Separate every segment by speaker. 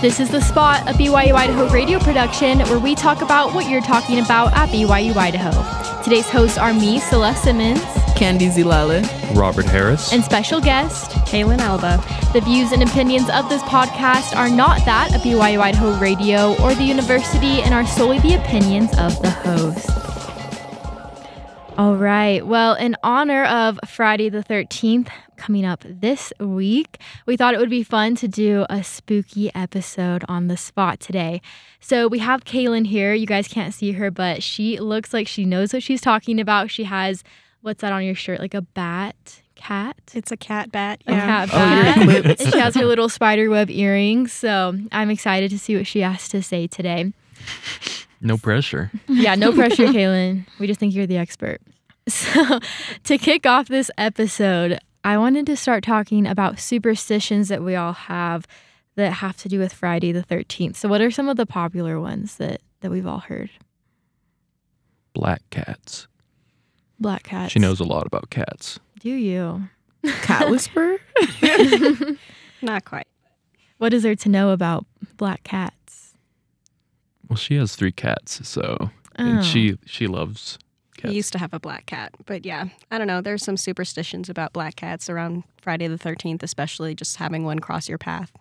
Speaker 1: This is The Spot, a BYU Idaho radio production where we talk about what you're talking about at BYU Idaho. Today's hosts are me, Celeste Simmons,
Speaker 2: Candy Zilala.
Speaker 3: Robert Harris.
Speaker 1: and special guest,
Speaker 4: Kaylin Alba.
Speaker 1: The views and opinions of this podcast are not that of BYU Idaho Radio or the university and are solely the opinions of the host. All right. Well, in honor of Friday the 13th coming up this week, we thought it would be fun to do a spooky episode on the spot today. So we have Kaylin here. You guys can't see her, but she looks like she knows what she's talking about. She has, what's that on your shirt? Like a bat? Cat?
Speaker 4: It's a cat bat.
Speaker 1: a cat
Speaker 2: Oh,
Speaker 1: bat.
Speaker 2: you're equipped.
Speaker 1: and she has her little spider web earrings. So I'm excited to see what she has to say today.
Speaker 3: No pressure.
Speaker 1: Yeah, no pressure, Kaylin. We just think you're the expert. So to kick off this episode, I wanted to start talking about superstitions that we all have that have to do with Friday the 13th. So what are some of the popular ones that that we've all heard?
Speaker 3: Black cats.
Speaker 1: Black cats.
Speaker 3: She knows a lot about cats.
Speaker 1: Do you?
Speaker 2: Cat Whisperer?
Speaker 4: Not quite.
Speaker 1: What is there to know about black cats?
Speaker 3: Well, she has three cats, so and
Speaker 1: Oh.
Speaker 3: she she loves
Speaker 4: We
Speaker 3: cats.
Speaker 4: used to have a black cat, but yeah, I don't know. There's some superstitions about black cats around Friday the 13th, especially just having one cross your path.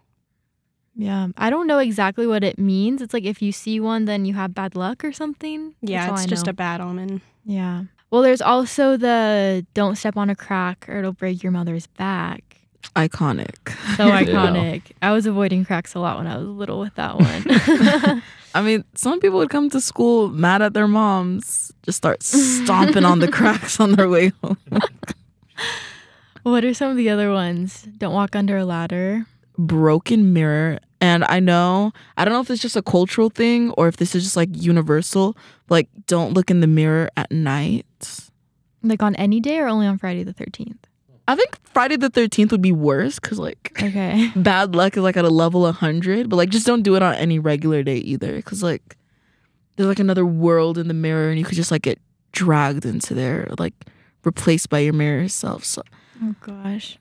Speaker 1: Yeah, I don't know exactly what it means. It's like if you see one, then you have bad luck or something.
Speaker 4: Yeah,
Speaker 1: That's all
Speaker 4: it's
Speaker 1: I
Speaker 4: just
Speaker 1: know.
Speaker 4: a bad omen.
Speaker 1: yeah. Well, there's also the don't step on a crack or it'll break your mother's back.
Speaker 2: Iconic.
Speaker 1: So iconic. I was avoiding cracks a lot when I was little with that one.
Speaker 2: I mean, some people would come to school mad at their moms, just start stomping on the cracks on their way home.
Speaker 1: what are some of the other ones? Don't walk under a ladder.
Speaker 2: Broken mirror. And I know, I don't know if it's just a cultural thing or if this is just like universal, but like don't look in the mirror at night.
Speaker 1: Like on any day or only on Friday the 13th?
Speaker 2: I think Friday the 13th would be worse because like
Speaker 1: Okay.
Speaker 2: bad luck is like at a level 100, but like just don't do it on any regular day either because like there's like another world in the mirror and you could just like get dragged into there, like replaced by your mirror self. So
Speaker 1: Oh, gosh.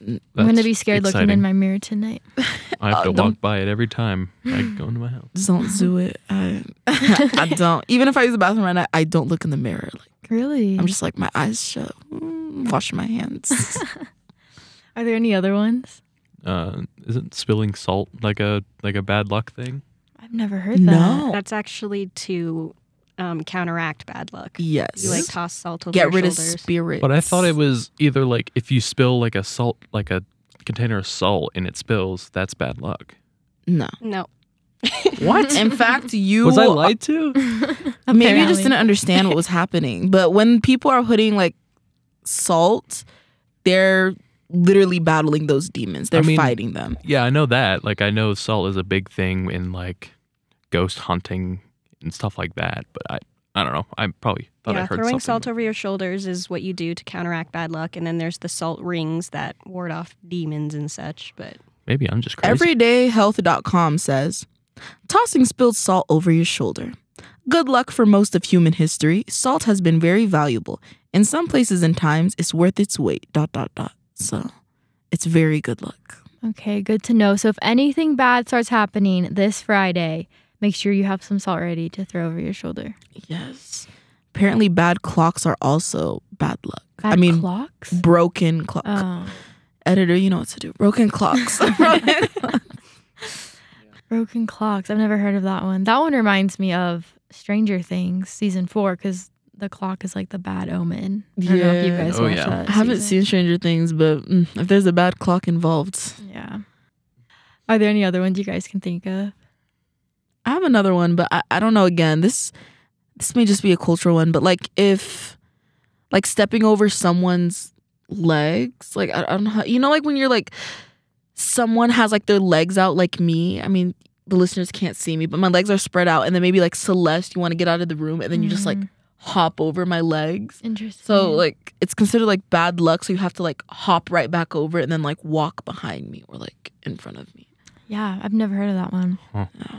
Speaker 3: That's
Speaker 1: I'm going to be scared looking in
Speaker 3: exciting.
Speaker 1: my mirror tonight.
Speaker 3: I have to
Speaker 2: Oh, don't-
Speaker 3: walk by it every time I go into my house.
Speaker 2: just don't do it. I, I don't. Even if I use the bathroom right now, I don't look in the mirror. Like
Speaker 1: Really?
Speaker 2: I'm just like my eyes shut, mm, washing my hands.
Speaker 1: are there any other ones?
Speaker 3: Uh, isn't spilling salt like a like a bad luck thing?
Speaker 1: I've never heard that.
Speaker 2: no.
Speaker 4: That's actually to um, counteract bad luck.
Speaker 2: yes.
Speaker 4: You like toss salt over
Speaker 2: Get
Speaker 4: your
Speaker 2: rid of
Speaker 4: shoulders.
Speaker 2: spirits.
Speaker 3: But I thought it was either like if you spill like a salt like a container of salt and it spills, that's bad luck.
Speaker 2: no.
Speaker 4: no,
Speaker 2: What? In fact, you
Speaker 3: Was I lied to?
Speaker 2: Maybe you just
Speaker 1: Apparently.
Speaker 2: didn't understand what was happening. But when people are putting like salt, they're literally battling those demons. They're
Speaker 3: mean-
Speaker 2: fighting them.
Speaker 3: yeah, I know that. Like I know salt is a big thing in like ghost hunting and stuff like that, but I I don't know. I probably thought I
Speaker 4: yeah,
Speaker 3: heard
Speaker 4: throwing
Speaker 3: something.
Speaker 4: salt over your shoulders is what you do to counteract bad luck, and then there's the salt rings that ward off demons and such. But
Speaker 3: Maybe I'm just crazy.
Speaker 2: Everydayhealth.com says tossing spilled salt over your shoulder. Good luck for most of human history. Salt has been very valuable. In some places and times, it's worth its weight. Dot dot dot. So it's very good luck.
Speaker 1: Okay, good to know. So if anything bad starts happening this Friday, make sure you have some salt ready to throw over your shoulder.
Speaker 2: Yes. Apparently, bad clocks are also bad luck.
Speaker 1: Bad
Speaker 2: I mean,
Speaker 1: clocks.
Speaker 2: broken clock.
Speaker 1: Oh,
Speaker 2: Editor, you know what to do. Broken clocks.
Speaker 1: broken clocks. I've never heard of that one. That one reminds me of Stranger Things season four because the clock is like the bad omen. I don't know if you
Speaker 2: Yeah.
Speaker 1: guys
Speaker 3: Oh,
Speaker 1: watch
Speaker 3: yeah.
Speaker 1: that.
Speaker 2: I haven't
Speaker 1: season.
Speaker 2: seen Stranger Things, but mm, if there's a bad clock involved,
Speaker 1: Yeah. Are there any other ones you guys can think of?
Speaker 2: I have another one, but I, I don't know. Again, this this may just be a cultural one, but like if like stepping over someone's legs, like I, I don't know, how, you know, like when you're like someone has like their legs out, like me. I mean, the listeners can't see me, but my legs are spread out, and then maybe like Celeste, you want to get out of the room, and then you just like
Speaker 1: Mm,
Speaker 2: hop over my legs.
Speaker 1: interesting.
Speaker 2: So like it's considered like bad luck, so you have to like hop right back over it and then like walk behind me or like in front of me.
Speaker 1: yeah, I've never heard of that one.
Speaker 3: Huh.
Speaker 2: Yeah.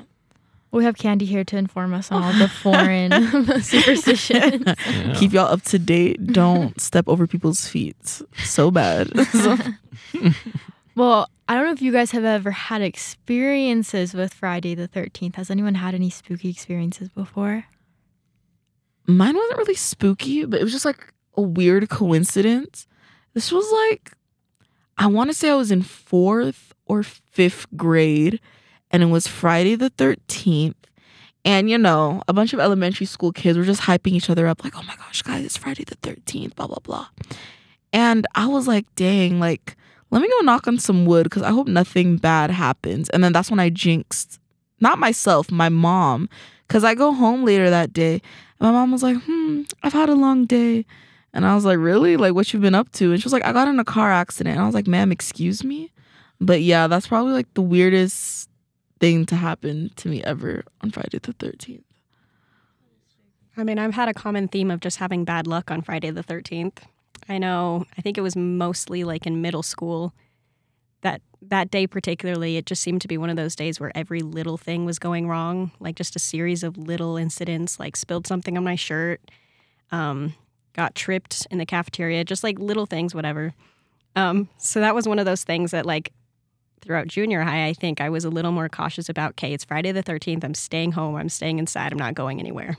Speaker 1: We have Candy here to inform us on all the foreign superstitions.
Speaker 3: Yeah.
Speaker 2: Keep y'all up to date. Don't step over people's feet. So bad. So-
Speaker 1: Well, I don't know if you guys have ever had experiences with Friday the 13th. Has anyone had any spooky experiences before?
Speaker 2: Mine wasn't really spooky, but it was just like a weird coincidence. This was like, I want to say I was in fourth or fifth grade, and it was Friday the 13th. And, you know, a bunch of elementary school kids were just hyping each other up, like, oh my gosh, guys, it's Friday the 13th, blah, blah, blah. And I was like, dang, like, let me go knock on some wood because I hope nothing bad happens. And then that's when I jinxed, not myself, my mom, because I go home later that day my mom was like, hmm, I've had a long day. And I was like, really? Like, what you been up to? And she was like, I got in a car accident. And I was like, ma'am, excuse me? But yeah, that's probably like the weirdest thing to happen to me ever on Friday the 13th.
Speaker 4: I mean, I've had a common theme of just having bad luck on Friday the 13th. I know, I think it was mostly like in middle school. That that day particularly, it just seemed to be one of those days where every little thing was going wrong, like just a series of little incidents, like spilled something on my shirt, um, got tripped in the cafeteria, just like little things, whatever. Um, so that was one of those things that like throughout junior high, I think I was a little more cautious about, okay, it's Friday the 13th, I'm staying home, I'm staying inside, I'm not going anywhere.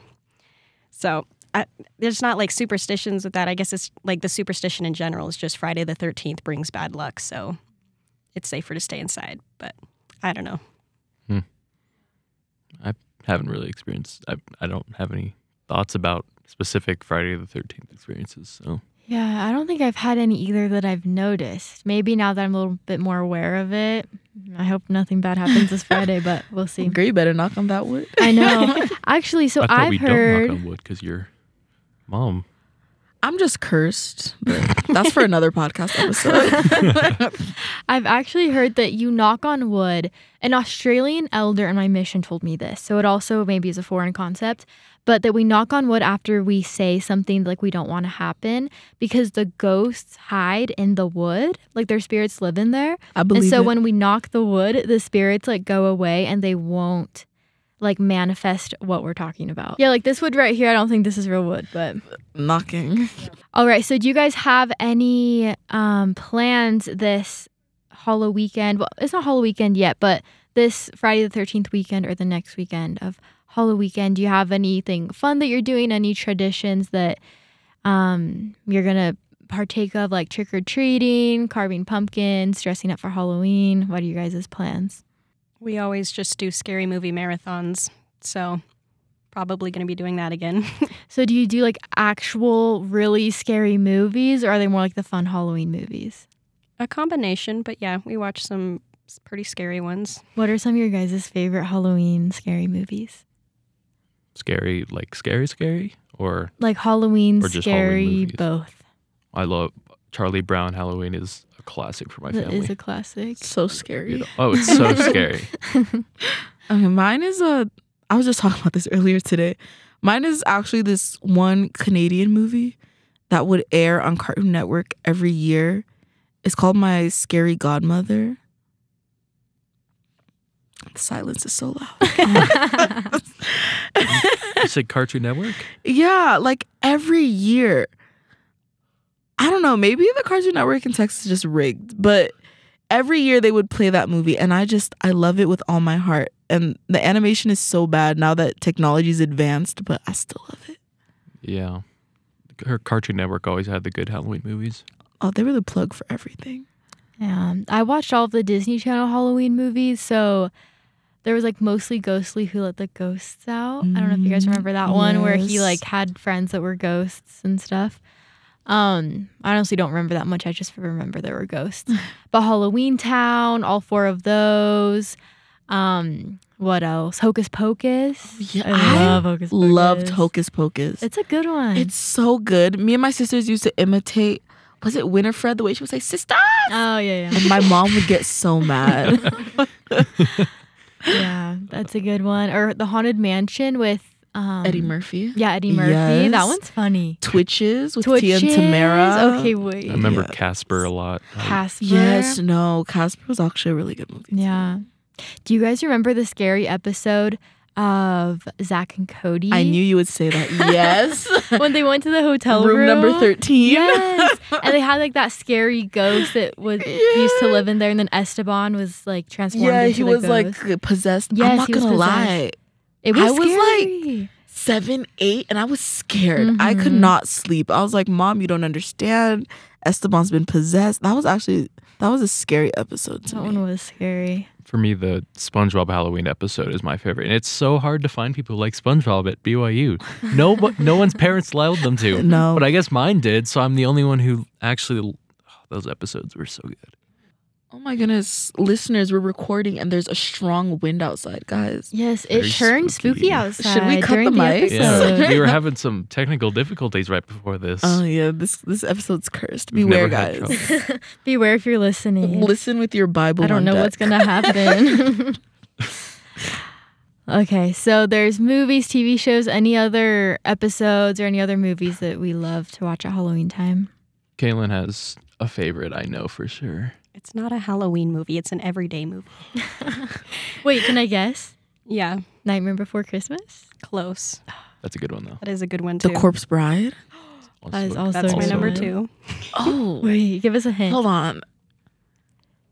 Speaker 4: So I, there's not like superstitions with that. I guess it's like the superstition in general is just Friday the 13th brings bad luck. So it's safer to stay inside. But I don't know.
Speaker 3: Haven't really experienced. I I don't have any thoughts about specific Friday the Thirteenth experiences. So
Speaker 1: Yeah, I don't think I've had any either that I've noticed. Maybe now that I'm a little bit more aware of it. I hope nothing bad happens this Friday, but we'll see.
Speaker 2: Girl, you better knock on that wood.
Speaker 1: I know. Actually, so
Speaker 3: I thought
Speaker 1: I've
Speaker 3: we
Speaker 1: heard.
Speaker 3: don't knock on wood because your mom.
Speaker 2: I'm just cursed, but that's for another podcast episode.
Speaker 1: I've actually heard that you knock on wood. An Australian elder in my mission told me this, so it also maybe is a foreign concept, but that we knock on wood after we say something like we don't want to happen because the ghosts hide in the wood, like their spirits live in there.
Speaker 2: I believe
Speaker 1: and so
Speaker 2: it.
Speaker 1: when we knock the wood, the spirits like go away and they won't like manifest what we're talking about. Yeah, like this wood right here, I don't think this is real wood, but
Speaker 2: knocking.
Speaker 1: all right. So, do you guys have any um, plans this Hollow weekend? Well, it's not Hollow weekend yet, but this Friday the Thirteenth weekend or the next weekend of Hollow weekend. Do you have anything fun that you're doing? Any traditions that um, you're gonna partake of, like trick or treating, carving pumpkins, dressing up for Halloween? What are you guys' plans?
Speaker 4: We always just do scary movie marathons. So probably going to be doing that again.
Speaker 1: So, do you do like actual really scary movies, or are they more like the fun Halloween movies?
Speaker 4: a combination, but yeah, we watch some s- pretty scary ones.
Speaker 1: What are some of your guys' favorite Halloween scary movies?
Speaker 3: Scary, like scary, scary, or
Speaker 1: like Halloween
Speaker 3: Or just
Speaker 1: scary
Speaker 3: Halloween movies.
Speaker 1: both.
Speaker 3: I love Charlie Brown. Halloween is a classic for my
Speaker 1: That
Speaker 3: family.
Speaker 1: is a classic.
Speaker 2: So
Speaker 3: You
Speaker 2: scary.
Speaker 3: know- oh, it's so scary.
Speaker 2: Okay, mine is a. I was just talking about this earlier today. Mine is actually this one Canadian movie that would air on Cartoon Network every year. It's called My Scary Godmother. The silence is so loud.
Speaker 3: You said Cartoon Network.
Speaker 2: yeah, like every year. I don't know, maybe the Cartoon Network in Texas is just rigged, but every year they would play that movie and I just I love it with all my heart. And the animation is so bad now that technology's advanced, but I still love it.
Speaker 3: Yeah, her Cartoon Network always had the good Halloween movies.
Speaker 2: Oh, they were the plug for everything.
Speaker 1: yeah. Um, I watched all of the Disney Channel Halloween movies, so there was like mostly Ghostly Who Let the Ghosts Out. I don't know if you guys
Speaker 2: Mm,
Speaker 1: remember that one where he
Speaker 2: yes.
Speaker 1: like had friends that were ghosts and stuff. Um, I honestly don't remember that much. I just remember there were ghosts. but Halloween Town, all four of those. Um, what else? Hocus Pocus.
Speaker 2: Yeah,
Speaker 1: Oh, I
Speaker 2: I
Speaker 1: love Hocus Pocus.
Speaker 2: Loved Hocus Pocus. It's,
Speaker 1: It's a good one.
Speaker 2: so good. Me and my sisters used to imitate was it Winifred the way she would say, Sister?
Speaker 1: oh yeah, yeah.
Speaker 2: And my mom would get so mad.
Speaker 1: yeah, that's a good one. Or the Haunted Mansion with um,
Speaker 2: Eddie Murphy.
Speaker 1: Yeah, Eddie Murphy. That
Speaker 2: Yes.
Speaker 1: one's funny.
Speaker 2: Twitches with Tia and
Speaker 1: Twitches.
Speaker 2: Tamara.
Speaker 1: Okay, wait.
Speaker 3: I remember
Speaker 2: Yeah.
Speaker 3: Casper a lot. I-
Speaker 1: Casper.
Speaker 2: Yes, no, Casper was actually a really good movie. too.
Speaker 1: Yeah. Do you guys remember the scary episode of Zach and Cody?
Speaker 2: I knew you would say that. Yes.
Speaker 1: when they went to the hotel
Speaker 2: room,
Speaker 1: room.
Speaker 2: number 13.
Speaker 1: Yes. and they had like that scary ghost that was used to live in there, and then Esteban was like transformed.
Speaker 2: yeah,
Speaker 1: into
Speaker 2: he
Speaker 1: the
Speaker 2: was
Speaker 1: ghost.
Speaker 2: like possessed. I'm
Speaker 1: Yes,
Speaker 2: not
Speaker 1: he was
Speaker 2: gonna
Speaker 1: possessed.
Speaker 2: lie.
Speaker 1: it was
Speaker 2: I was, like,
Speaker 1: scary.
Speaker 2: Seven, eight, and I was scared. I could
Speaker 1: Mhm.
Speaker 2: not sleep. I was like, Mom, you don't understand. Esteban's been possessed. That was actually that was a scary episode to
Speaker 1: that
Speaker 2: me.
Speaker 1: one was scary.
Speaker 3: For me, the SpongeBob Halloween episode is my favorite, and it's so hard to find people who like SpongeBob at BYU. No, no one's parents allowed them to.
Speaker 2: No.
Speaker 3: But I guess mine did, so I'm the only one who actually. oh, those episodes were so good.
Speaker 2: oh my goodness, listeners, we're recording and there's a strong wind outside, guys.
Speaker 1: Yes, it
Speaker 3: Very
Speaker 1: turned spooky,
Speaker 3: spooky.
Speaker 1: outside.
Speaker 2: Should we cut
Speaker 1: during
Speaker 2: the mic?
Speaker 1: episode.
Speaker 3: Yeah, we were having some technical difficulties right before this.
Speaker 2: Oh yeah, this this episode's cursed.
Speaker 3: We've
Speaker 2: Beware,
Speaker 3: never had
Speaker 2: guys.
Speaker 1: Beware if you're listening.
Speaker 2: Listen with your Bible.
Speaker 1: I don't
Speaker 2: on
Speaker 1: know
Speaker 2: deck.
Speaker 1: what's gonna happen. okay, so there's movies, TV shows, any other episodes or any other movies that we love to watch at Halloween time.
Speaker 3: Kaylin has a favorite, I know for sure.
Speaker 4: It's not a Halloween movie, it's an everyday movie.
Speaker 1: Wait, can I guess?
Speaker 4: Yeah,
Speaker 1: Nightmare Before Christmas.
Speaker 4: close.
Speaker 3: That's a good one though.
Speaker 4: That is a good one too.
Speaker 2: The Corpse Bride.
Speaker 1: That is also
Speaker 4: That's my
Speaker 3: also-
Speaker 4: number two.
Speaker 2: Oh,
Speaker 1: Wait, give us a hint.
Speaker 2: hold on.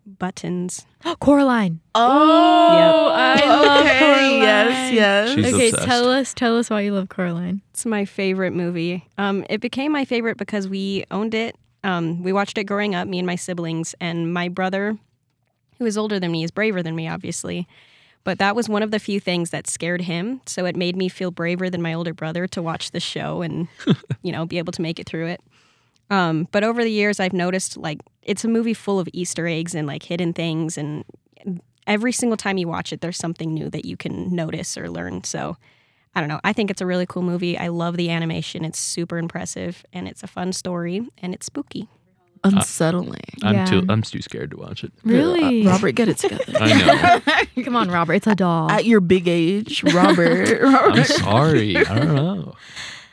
Speaker 4: Buttons.
Speaker 1: Coraline.
Speaker 2: Oh,
Speaker 1: Yep. I love Coraline.
Speaker 2: Yes, yes.
Speaker 3: She's
Speaker 1: okay,
Speaker 3: obsessed.
Speaker 1: tell us, tell us why you love Coraline.
Speaker 4: It's my favorite movie. Um, it became my favorite because we owned it. Um, we watched it growing up, me and my siblings, and my brother, who is older than me, is braver than me, obviously. But that was one of the few things that scared him. So it made me feel braver than my older brother to watch the show and, you know, be able to make it through it. Um, but over the years, I've noticed like it's a movie full of Easter eggs and like hidden things. And every single time you watch it, there's something new that you can notice or learn. So I don't know. I think it's a really cool movie. I love the animation. It's super impressive and it's a fun story and it's spooky.
Speaker 2: Unsettling.
Speaker 3: I'm
Speaker 1: Yeah.
Speaker 3: too I'm too scared to watch it.
Speaker 1: Really?
Speaker 2: Uh, Robert, get it together.
Speaker 3: I know.
Speaker 1: Come on, Robert, it's a doll.
Speaker 2: At your big age, Robert. Robert.
Speaker 3: I'm sorry. I don't know.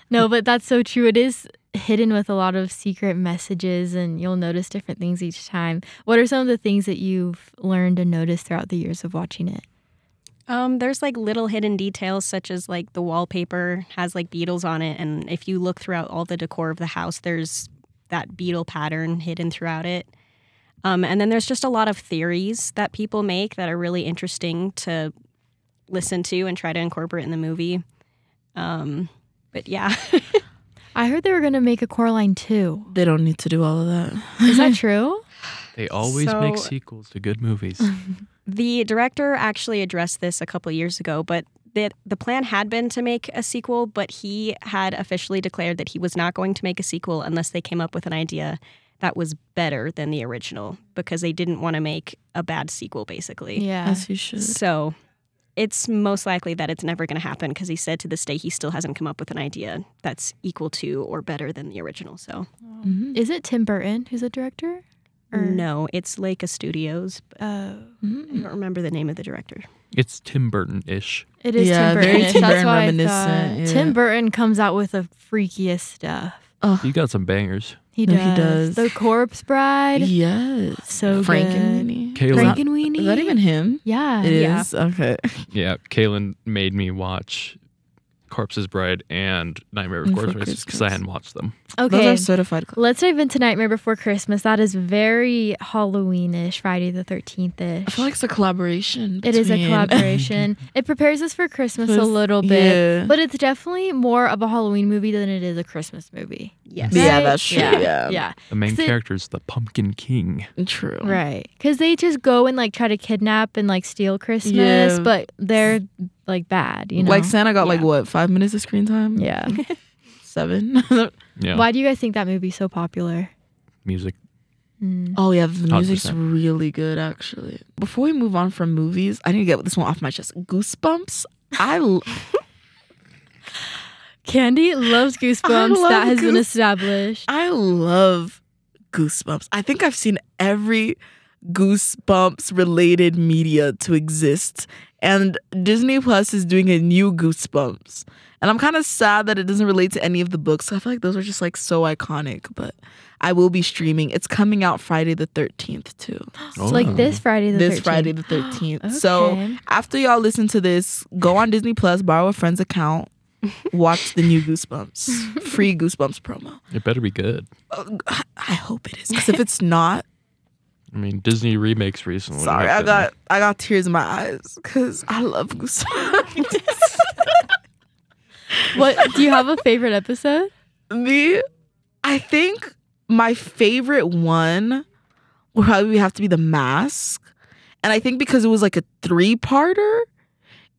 Speaker 1: No, but that's so true. It is hidden with a lot of secret messages, and you'll notice different things each time. What are some of the things that you've learned and noticed throughout the years of watching it?
Speaker 4: Um, there's like little hidden details such as like the wallpaper has like beetles on it, and if you look throughout all the decor of the house, there's that beetle pattern hidden throughout it. Um, and then there's just a lot of theories that people make that are really interesting to listen to and try to incorporate in the movie. Um, but yeah,
Speaker 1: I heard they were going to make a Coraline 2.
Speaker 2: They don't need to do all of that.
Speaker 1: Is that true?
Speaker 3: They always make
Speaker 4: So-
Speaker 3: sequels to good movies.
Speaker 4: The director actually addressed this a couple years ago, but the, the plan had been to make a sequel, but he had officially declared that he was not going to make a sequel unless they came up with an idea that was better than the original because they didn't want to make a bad sequel, basically.
Speaker 1: yeah.
Speaker 2: As you should.
Speaker 4: So it's most likely that it's never going to happen because he said to this day he still hasn't come up with an idea that's equal to or better than the original. So,
Speaker 2: Mhm.
Speaker 1: Is it Tim Burton who's a director?
Speaker 4: no, it's Leica Studios. But
Speaker 1: Oh.
Speaker 4: I
Speaker 2: Mhm.
Speaker 4: don't remember the name of the director.
Speaker 3: It's Tim Burton ish.
Speaker 1: It is
Speaker 2: Yeah,
Speaker 1: Tim
Speaker 2: very
Speaker 1: Burton.
Speaker 2: Tim
Speaker 1: That's
Speaker 2: Burton
Speaker 1: why I thought.
Speaker 2: reminiscent, yeah.
Speaker 1: Tim Burton comes out with the freakiest stuff.
Speaker 2: Oh,
Speaker 3: You got some bangers.
Speaker 1: He
Speaker 2: No,
Speaker 1: does.
Speaker 2: he does.
Speaker 1: The Corpse Bride.
Speaker 2: yes.
Speaker 1: So good.
Speaker 2: Frankenweenie.
Speaker 3: Kayla-
Speaker 2: Is that-
Speaker 1: Frankenweenie.
Speaker 2: Is that even him?
Speaker 1: Uh, Yeah.
Speaker 2: It is.
Speaker 4: Yeah.
Speaker 2: Okay.
Speaker 3: Yeah, Kaylin made me watch Corpse's Bride and Nightmare
Speaker 2: Mm,
Speaker 3: Before
Speaker 2: for
Speaker 3: Christmas because I
Speaker 2: Christmas.
Speaker 3: hadn't watched them.
Speaker 1: Okay.
Speaker 2: Those are certified. cl-
Speaker 1: Let's dive into Nightmare Before Christmas. That is very Halloweenish, Friday the 13th ish.
Speaker 2: I feel like it's a collaboration.
Speaker 1: it is a
Speaker 2: between-
Speaker 1: collaboration. it prepares us for Christmas a
Speaker 2: Because-
Speaker 1: little bit,
Speaker 2: yeah.
Speaker 1: but it's definitely more of a Halloween movie than it is a Christmas movie.
Speaker 4: Yes.
Speaker 2: Yeah,
Speaker 1: Right?
Speaker 2: that's true, yeah.
Speaker 1: yeah.
Speaker 3: The main
Speaker 1: Is it-
Speaker 3: character is the Pumpkin King.
Speaker 2: True.
Speaker 1: Right. Because they just go and like try to kidnap and like steal Christmas,
Speaker 2: Yeah.
Speaker 1: but they're like bad, you know?
Speaker 2: Like Santa got like
Speaker 4: Yeah.
Speaker 2: what five minutes of screen time?
Speaker 1: yeah.
Speaker 2: seven.
Speaker 3: Yeah,
Speaker 1: Why do you guys think that movie's so popular?
Speaker 3: music.
Speaker 1: Mm.
Speaker 2: oh yeah, the music's
Speaker 3: 100%.
Speaker 2: really good actually. Before we move on from movies, I need to get this one off my chest. Goosebumps. I l-
Speaker 1: Candy loves Goosebumps.
Speaker 2: love
Speaker 1: that has been
Speaker 2: Goose-
Speaker 1: established.
Speaker 2: I love Goosebumps. I think I've seen every Goosebumps related media to exist. And Disney Plus is doing a new Goosebumps. And I'm kind of sad that it doesn't relate to any of the books. I feel like those are just like so iconic, but I will be streaming. It's coming out Friday the 13th, too.
Speaker 3: Oh.
Speaker 1: Like this Friday the 13th.
Speaker 2: This Friday the 13th. So
Speaker 1: Okay.
Speaker 2: after y'all listen to this, go on Disney Plus, borrow a friend's account, watch the new Goosebumps free Goosebumps promo.
Speaker 3: It better be good.
Speaker 2: Uh, I- I hope it is because if it's not,
Speaker 3: I mean, Disney remakes recently.
Speaker 2: sorry, I
Speaker 3: have
Speaker 2: got I got tears in my eyes because I love Goosebumps.
Speaker 1: What do you have a favorite episode?
Speaker 2: the I think my favorite one would probably have to be the mask. And I think because it was like a three-parter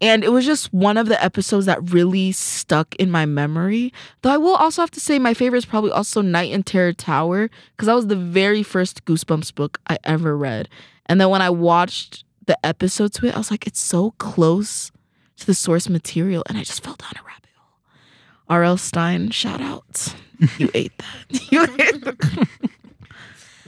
Speaker 2: and it was just one of the episodes that really stuck in my memory. Though I will also have to say my favorite is probably also Night in Terror Tower because that was the very first Goosebumps book I ever read. And then when I watched the episode to it, I was like it's so close to the source material and I just fell down a rabbit hole. R.L. Stein, shout out. You ate that. You ate that.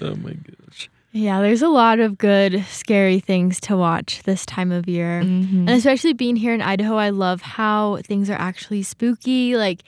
Speaker 3: Oh my gosh.
Speaker 1: Yeah, there's a lot of good, scary things to watch this time of year. And especially being here in Idaho, I love how things are actually spooky. Like,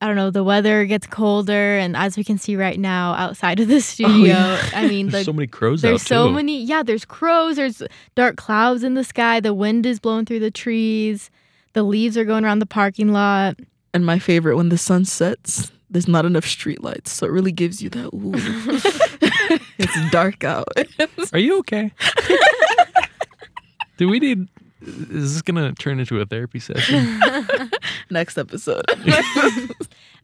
Speaker 1: I don't know, the weather gets colder. And as we can see right now outside of the studio,
Speaker 2: yeah.
Speaker 1: I mean,
Speaker 3: There's
Speaker 1: the
Speaker 3: so many crows
Speaker 1: Oh, There's
Speaker 3: out
Speaker 1: so
Speaker 3: too.
Speaker 1: many. Yeah, there's crows. There's dark clouds in the sky. The wind is blowing through the trees. The leaves are going around the parking lot.
Speaker 2: And my favorite, when the sun sets, there's not enough streetlights, so it really gives you that ooh. it's dark out.
Speaker 3: Are you okay? Do we need? Is this gonna turn into a therapy session?
Speaker 2: Next episode.
Speaker 1: I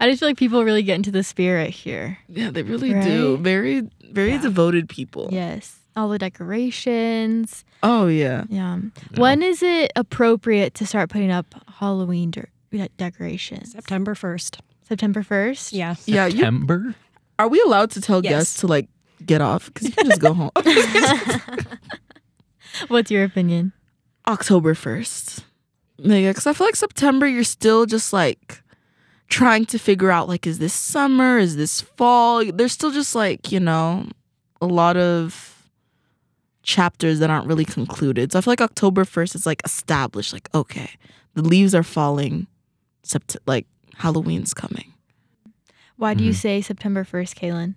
Speaker 1: just feel like people really get into the spirit here.
Speaker 2: yeah, they really do.
Speaker 1: Right?
Speaker 2: Very, very
Speaker 1: Yeah.
Speaker 2: devoted people.
Speaker 1: Yes. All the decorations.
Speaker 2: Oh yeah.
Speaker 1: Yeah. When is it appropriate to start putting up Halloween de- de- decorations?
Speaker 4: September 1st.
Speaker 1: September 1st?
Speaker 4: Yeah.
Speaker 2: Yeah. You,
Speaker 3: September.
Speaker 2: are we allowed to tell
Speaker 4: Yes.
Speaker 2: guests to like get off? Because you can just go home.
Speaker 1: What's your opinion?
Speaker 2: October 1st. Nigga, because I feel like September, you're still just like trying to figure out like, is this summer? Is this fall? There's still just like, you know, a lot of chapters that aren't really concluded. So I feel like October 1st is like established, like, okay, the leaves are falling, sept- like Halloween's coming.
Speaker 1: Why do you
Speaker 3: Mhm.
Speaker 4: Mm-hmm.
Speaker 1: say September 1st, Kaylin?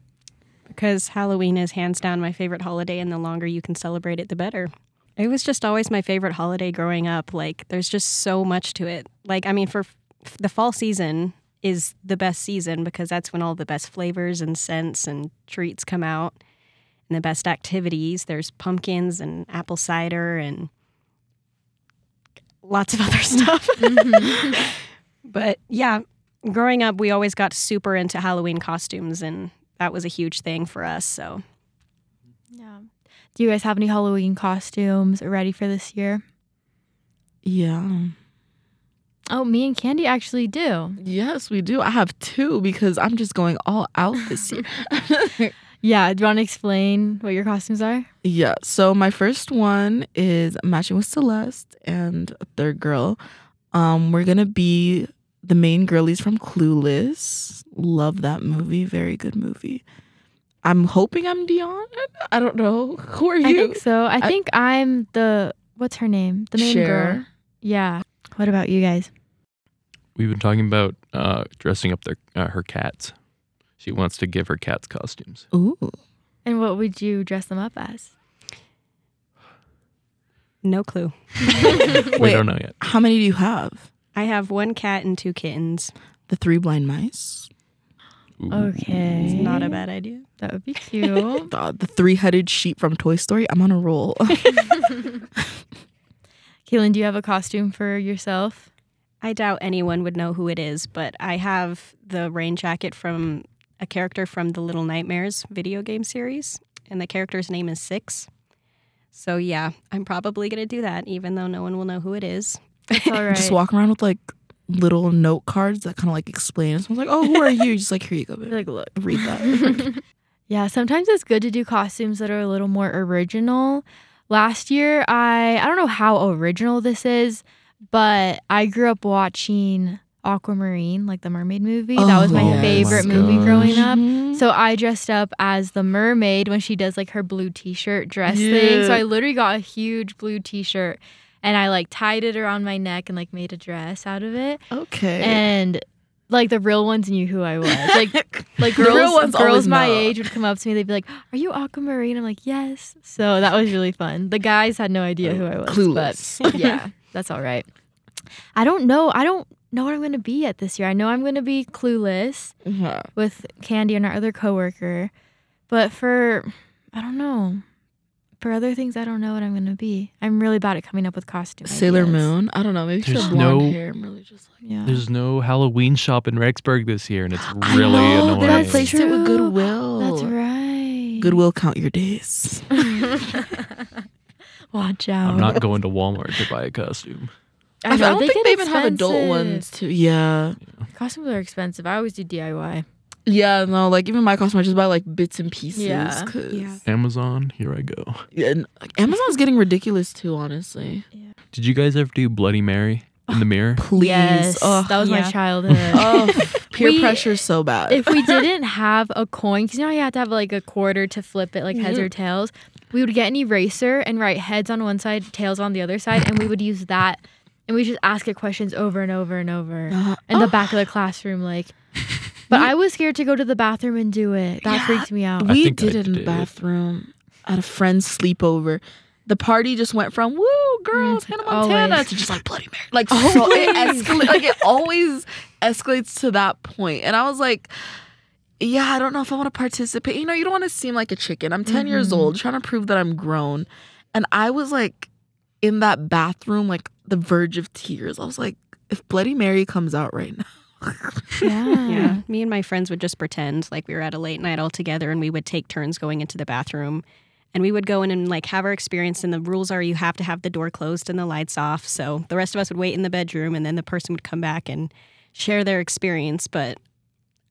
Speaker 4: because Halloween is hands down my favorite holiday, and the longer you can celebrate it, the better. It was just always my favorite holiday growing up. Like, there's just so much to it. Like, I mean, for f- the fall season is the best season because that's when all the best flavors and scents and treats come out and the best activities. There's pumpkins and apple cider and lots of other stuff. But yeah, growing up, we always got super into Halloween costumes, and that was a huge thing for us. So
Speaker 1: Yeah. Do you guys have any Halloween costumes ready for this year?
Speaker 2: Yeah.
Speaker 1: Oh, me and Candy actually do.
Speaker 2: Yes, we do. I have two because I'm just going all out this year.
Speaker 1: Yeah, do you want to explain what your costumes are?
Speaker 2: Yeah. So my first one is matching with Celeste and a third girl. Um, we're gonna be the main girlies from Clueless. Love that movie. Very good movie. I'm hoping I'm Dion. I don't know. Who are you?
Speaker 1: I think so. I, think I'm the what's her name? The main girl.
Speaker 2: Cher.
Speaker 1: Yeah. What about you guys?
Speaker 3: We've been talking about uh, dressing up their uh, her cats. She wants to give her cats costumes.
Speaker 2: Ooh.
Speaker 1: And what would you dress them up as?
Speaker 4: no clue.
Speaker 3: We
Speaker 2: Wait.
Speaker 3: don't know yet.
Speaker 2: How many do you have?
Speaker 4: I have one cat and two kittens.
Speaker 2: The three blind mice.
Speaker 3: Ooh.
Speaker 1: Oh, Okay.
Speaker 4: It's not a bad idea.
Speaker 1: That would be cute.
Speaker 2: The, the three-headed sheep from Toy Story. I'm on a roll.
Speaker 1: Kaylin, do you have a costume for yourself?
Speaker 4: I doubt anyone would know who it is, but I have the rain jacket from a character from the Little Nightmares video game series, and the character's name is Six. So yeah, I'm probably gonna do that, even though no one will know who it is.
Speaker 1: All right.
Speaker 2: Just walk around with like little note cards that kind of like explain. And someone's like, "Oh, who are you?" You're just like, "Here you go, babe.
Speaker 1: Like, look.
Speaker 2: read that."
Speaker 1: yeah, sometimes it's good to do costumes that are a little more original. Last year, I I don't know how original this is, but I grew up watching Aquamarine, like the mermaid movie. that was my
Speaker 2: Oh, yes.
Speaker 1: favorite
Speaker 3: my
Speaker 1: movie
Speaker 3: gosh.
Speaker 1: growing up.
Speaker 2: Mhm.
Speaker 1: So I dressed up as the mermaid when she does like her blue t-shirt dress thing. So
Speaker 2: Yeah.
Speaker 1: I literally got a huge blue t-shirt and I like tied it around my neck and like made a dress out of it.
Speaker 2: okay.
Speaker 1: And like the real ones knew who I was. Like like
Speaker 2: The real
Speaker 1: girls
Speaker 2: ones
Speaker 1: girls
Speaker 2: always
Speaker 1: my
Speaker 2: know.
Speaker 1: age would come up to me they'd be like, "Are you aquamarine?" I'm like, "Yes." So that was really fun. The guys had no idea who I was.
Speaker 2: Clueless.
Speaker 1: But yeah, that's all right. I don't know. I don't know what I'm going to be at this year. I know I'm going to be clueless
Speaker 2: Yeah.
Speaker 1: with Candy and our other coworker, but for I don't know. For other things, I don't know what I'm going to be. I'm really bad at coming up with costumes.
Speaker 2: Sailor Moon. I don't know. Maybe she
Speaker 3: There's
Speaker 2: had blonde
Speaker 3: no-
Speaker 2: hair. I'm really just like
Speaker 1: Yeah.
Speaker 3: There's no Halloween shop in Rexburg this year, and it's
Speaker 2: I
Speaker 3: really
Speaker 2: know,
Speaker 3: annoying.
Speaker 2: They
Speaker 1: That's
Speaker 2: replaced it
Speaker 1: true.
Speaker 2: with Goodwill.
Speaker 1: That's right.
Speaker 2: Goodwill, count your days.
Speaker 1: Watch out.
Speaker 3: I'm not going to Walmart to buy a costume.
Speaker 1: I, know,
Speaker 2: don't
Speaker 1: they
Speaker 2: think
Speaker 1: get
Speaker 2: they even have adult
Speaker 1: expensive.
Speaker 2: ones too. Yeah.
Speaker 1: Costumes are expensive. I always do DIY.
Speaker 2: Yeah, no, like even my costume, I just buy like bits and pieces.
Speaker 1: Yeah.
Speaker 2: 'cause-
Speaker 4: Yeah.
Speaker 3: Amazon, here I go.
Speaker 2: Yeah, and, like, Amazon's getting ridiculous too, honestly.
Speaker 3: Did you guys ever do Bloody Mary in the mirror?
Speaker 2: Please. Oh,
Speaker 1: Yes,
Speaker 2: Ugh.
Speaker 1: that was my
Speaker 4: yeah.
Speaker 1: childhood.
Speaker 2: Ugh, peer
Speaker 1: We-
Speaker 2: pressure is so bad.
Speaker 1: if we didn't have a coin, because you know how you have to have like a quarter to flip it, like heads
Speaker 2: Yeah.
Speaker 1: or tails. We would get an eraser and write heads on one side, tails on the other side, and we would use that. And we just ask it questions over and over and over
Speaker 2: Uh,
Speaker 1: in the
Speaker 2: oh,
Speaker 1: back of the classroom, like. But I was scared to go to the bathroom and do it. That
Speaker 2: Yeah.
Speaker 1: freaked me out.
Speaker 3: I
Speaker 2: we
Speaker 3: think I
Speaker 2: did it in the
Speaker 3: did.
Speaker 2: bathroom at a friend's sleepover. The party just went from woo girls
Speaker 3: Mm-hmm.
Speaker 2: Hannah Montana
Speaker 1: always.
Speaker 2: to just like Bloody Mary. Like so it
Speaker 1: Always.
Speaker 2: escalates. Like it always escalates to that point. And I was like, yeah, I don't know if I want to participate. You know, you don't want to seem like a chicken. I'm 10 years
Speaker 1: Mhm.
Speaker 3: Mm-hmm.
Speaker 2: old, trying to prove that I'm grown. And I was like in that bathroom, like the verge of tears. I was like, if Bloody Mary comes out right now.
Speaker 1: Yeah.
Speaker 4: Yeah. Me and my friends would just pretend like we were at a late night all together and we would take turns going into the bathroom. And we would go in and like have our experience and the rules are you have to have the door closed and the lights off. So the rest of us would wait in the bedroom and then the person would come back and share their experience, but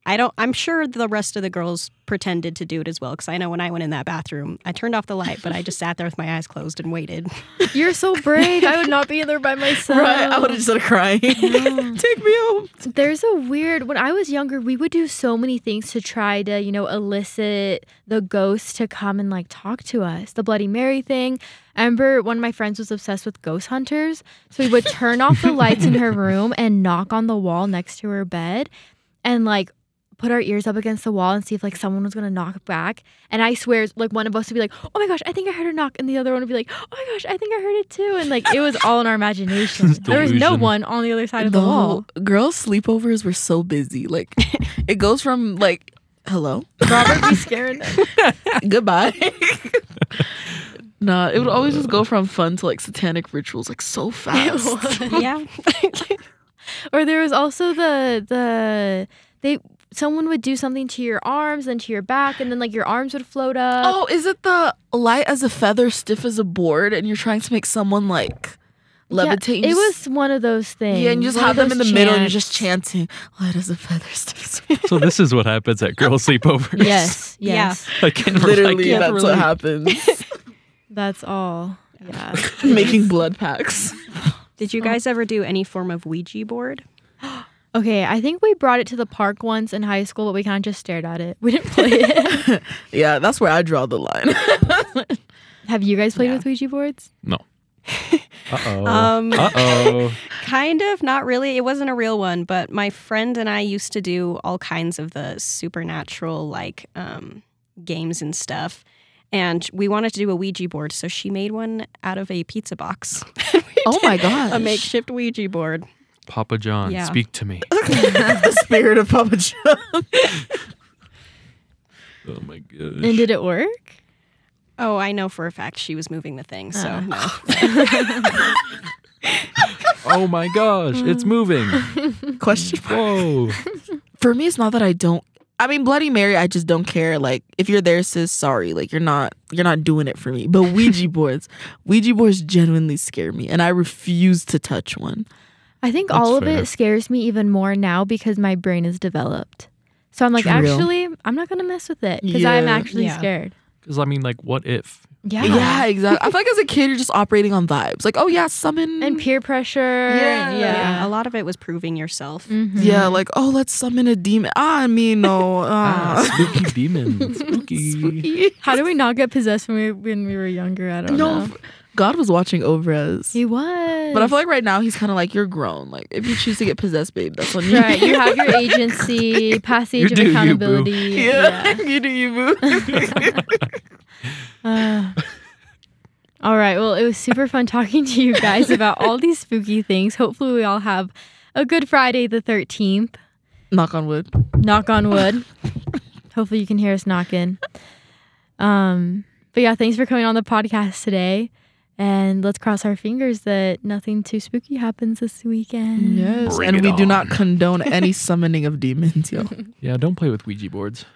Speaker 4: I don't I'm sure the rest of the girls pretended to do it as well cuz I know when I went in that bathroom, I turned off the light, but I just sat there with my eyes closed and waited.
Speaker 1: You're so brave. I would not be in there by myself.
Speaker 2: Right, I would have started crying. Take me home.
Speaker 1: There's a weird when I was younger, we would do so many things to try to, you know, elicit the ghosts to come and like talk to us. The Bloody Mary thing. I remember one of my friends was obsessed with ghost hunters. So we would turn off the lights in her room and knock on the wall next to her bed and like put our ears up against the wall and see if like someone was gonna knock back. And I swear like one of us would be like, Oh my gosh, I think I heard a knock and the other one would be like, Oh my gosh, I think I heard it too. And like it was all in our imagination. There was no
Speaker 3: Delusion.
Speaker 1: one on the other side of the wall.
Speaker 2: No, girls' sleepovers were so busy. Like, it goes from like, hello,
Speaker 1: Robert be scaring them.
Speaker 2: goodbye. nah, it would always just go from fun to like satanic rituals, like so fast.
Speaker 4: yeah.
Speaker 1: Or there was also the the they someone would do something to your arms and to your back, and then like your arms would float up.
Speaker 2: oh, is it the light as a feather, stiff as a board, and you're trying to make someone like levitate? and
Speaker 1: It
Speaker 2: you just-
Speaker 1: was one of those things.
Speaker 2: Yeah, and you just
Speaker 1: one
Speaker 2: have
Speaker 1: of
Speaker 2: them in the
Speaker 1: those
Speaker 2: middle and you're just
Speaker 1: chants.
Speaker 2: chanting, light as a feather, stiff as a board.
Speaker 3: So this is what happens at girl sleepovers.
Speaker 1: Yes,
Speaker 4: Yeah.
Speaker 1: yes,
Speaker 3: I can't I
Speaker 2: Literally,
Speaker 3: can't
Speaker 2: that's
Speaker 3: relate.
Speaker 2: what happens.
Speaker 1: that's all. Yeah,
Speaker 2: Making blood packs.
Speaker 4: Did you guys ever do any form of Ouija board?
Speaker 1: Okay, I think we brought it to the park once in high school, but we kind of just stared at it. We didn't play it.
Speaker 2: Yeah, that's where I draw the line.
Speaker 1: Have you guys played
Speaker 4: Yeah.
Speaker 1: with Ouija boards?
Speaker 3: No. Uh oh.
Speaker 4: Um,
Speaker 3: uh oh.
Speaker 4: Kind of, not really. It wasn't a real one, but my friend and I used to do all kinds of the supernatural like um, games and stuff. And we wanted to do a Ouija board, so she made one out of a pizza box. We
Speaker 2: Oh my
Speaker 4: did
Speaker 2: gosh.
Speaker 4: A makeshift Ouija board.
Speaker 3: Papa John,
Speaker 4: Yeah.
Speaker 3: speak to me.
Speaker 2: the spirit of Papa John.
Speaker 3: Oh my
Speaker 1: And
Speaker 3: gosh.
Speaker 1: did it work?
Speaker 4: Oh, I know for a fact she was moving the thing, so
Speaker 1: Ah.
Speaker 4: no.
Speaker 3: Oh my gosh, it's moving.
Speaker 2: Question
Speaker 3: Whoa.
Speaker 2: for me, it's not that I don't. I mean, Bloody Mary, I just don't care. Like, if you're there, sis, sorry. Like, you're not, you're not doing it for me. But Ouija boards, Ouija boards genuinely scare me, and I refuse to touch one.
Speaker 1: I think
Speaker 3: That's
Speaker 1: all of
Speaker 3: fair.
Speaker 1: it scares me even more now because my brain is developed. So I'm like,
Speaker 2: True.
Speaker 1: actually, I'm not gonna mess with it because I'm
Speaker 2: Yeah.
Speaker 1: actually
Speaker 4: Yeah.
Speaker 1: scared.
Speaker 3: Because I mean, like, what if?
Speaker 1: Yeah.
Speaker 2: Yeah, exactly. I feel like as a kid, you're just operating on vibes. Like, oh yeah, summon
Speaker 1: And peer pressure.
Speaker 2: Yeah.
Speaker 1: and-
Speaker 4: Yeah,
Speaker 1: yeah.
Speaker 4: a lot of it was proving yourself.
Speaker 1: Mhm.
Speaker 2: Yeah, like oh, let's summon a demon. Ah, I mean, no.
Speaker 3: Ah,
Speaker 2: Ah.
Speaker 3: spooky demon. Spooky.
Speaker 1: How do we not get possessed when we when we were younger? I don't
Speaker 2: No,
Speaker 1: know.
Speaker 2: God was watching over us.
Speaker 1: He was.
Speaker 2: But I feel like right now he's kind of like you're grown. Like if you choose to get possessed, babe, that's on you.
Speaker 1: right, you have your agency, past the
Speaker 3: You
Speaker 1: age of
Speaker 3: do you, boo.
Speaker 1: accountability.
Speaker 2: Yeah, you do you boo.
Speaker 1: yeah. Uh, all right. Well, it was super fun talking to you guys about all these spooky things. Hopefully, we all have a good Friday the 13th.
Speaker 2: Knock on wood.
Speaker 1: Knock on wood. Hopefully you can hear us knocking. Um, but yeah, thanks for coming on the podcast today. And let's cross our fingers that nothing too spooky happens this weekend.
Speaker 2: Yes.
Speaker 3: Bring
Speaker 2: and
Speaker 3: it
Speaker 2: we do not
Speaker 3: on.
Speaker 2: condone any summoning of demons, yo.
Speaker 3: Yeah, don't play with Ouija boards.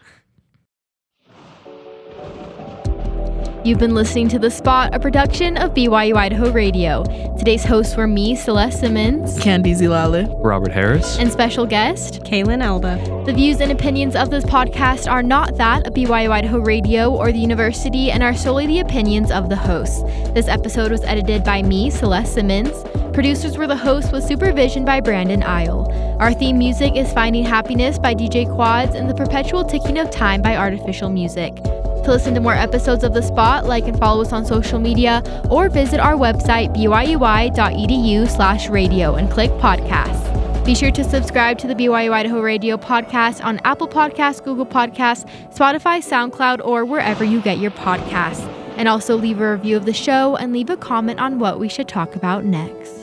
Speaker 1: You've been listening to The Spot, a production of BYU Idaho Radio. Today's hosts were me, Celeste Simmons,
Speaker 2: Candy Zilale.
Speaker 3: Robert Harris.
Speaker 1: and special guest,
Speaker 4: Kaylin Alba.
Speaker 1: The views and opinions of this podcast are not that of BYU Idaho Radio or the university and are solely the opinions of the hosts. This episode was edited by me, Celeste Simmons. Producers were the hosts with supervision by Brandon Isle. Our theme music is Finding Happiness by DJ Quads and The Perpetual Ticking of Time by Artificial Music. To listen to more episodes of The Spot, like and follow us on social media, or visit our website, byui.edu E slash radio, and click podcasts. Be sure to subscribe to the BYU Idaho Radio podcast on Apple Podcasts, Google Podcasts, Spotify, SoundCloud, or wherever you get your podcasts. And also leave a review of the show and leave a comment on what we should talk about next.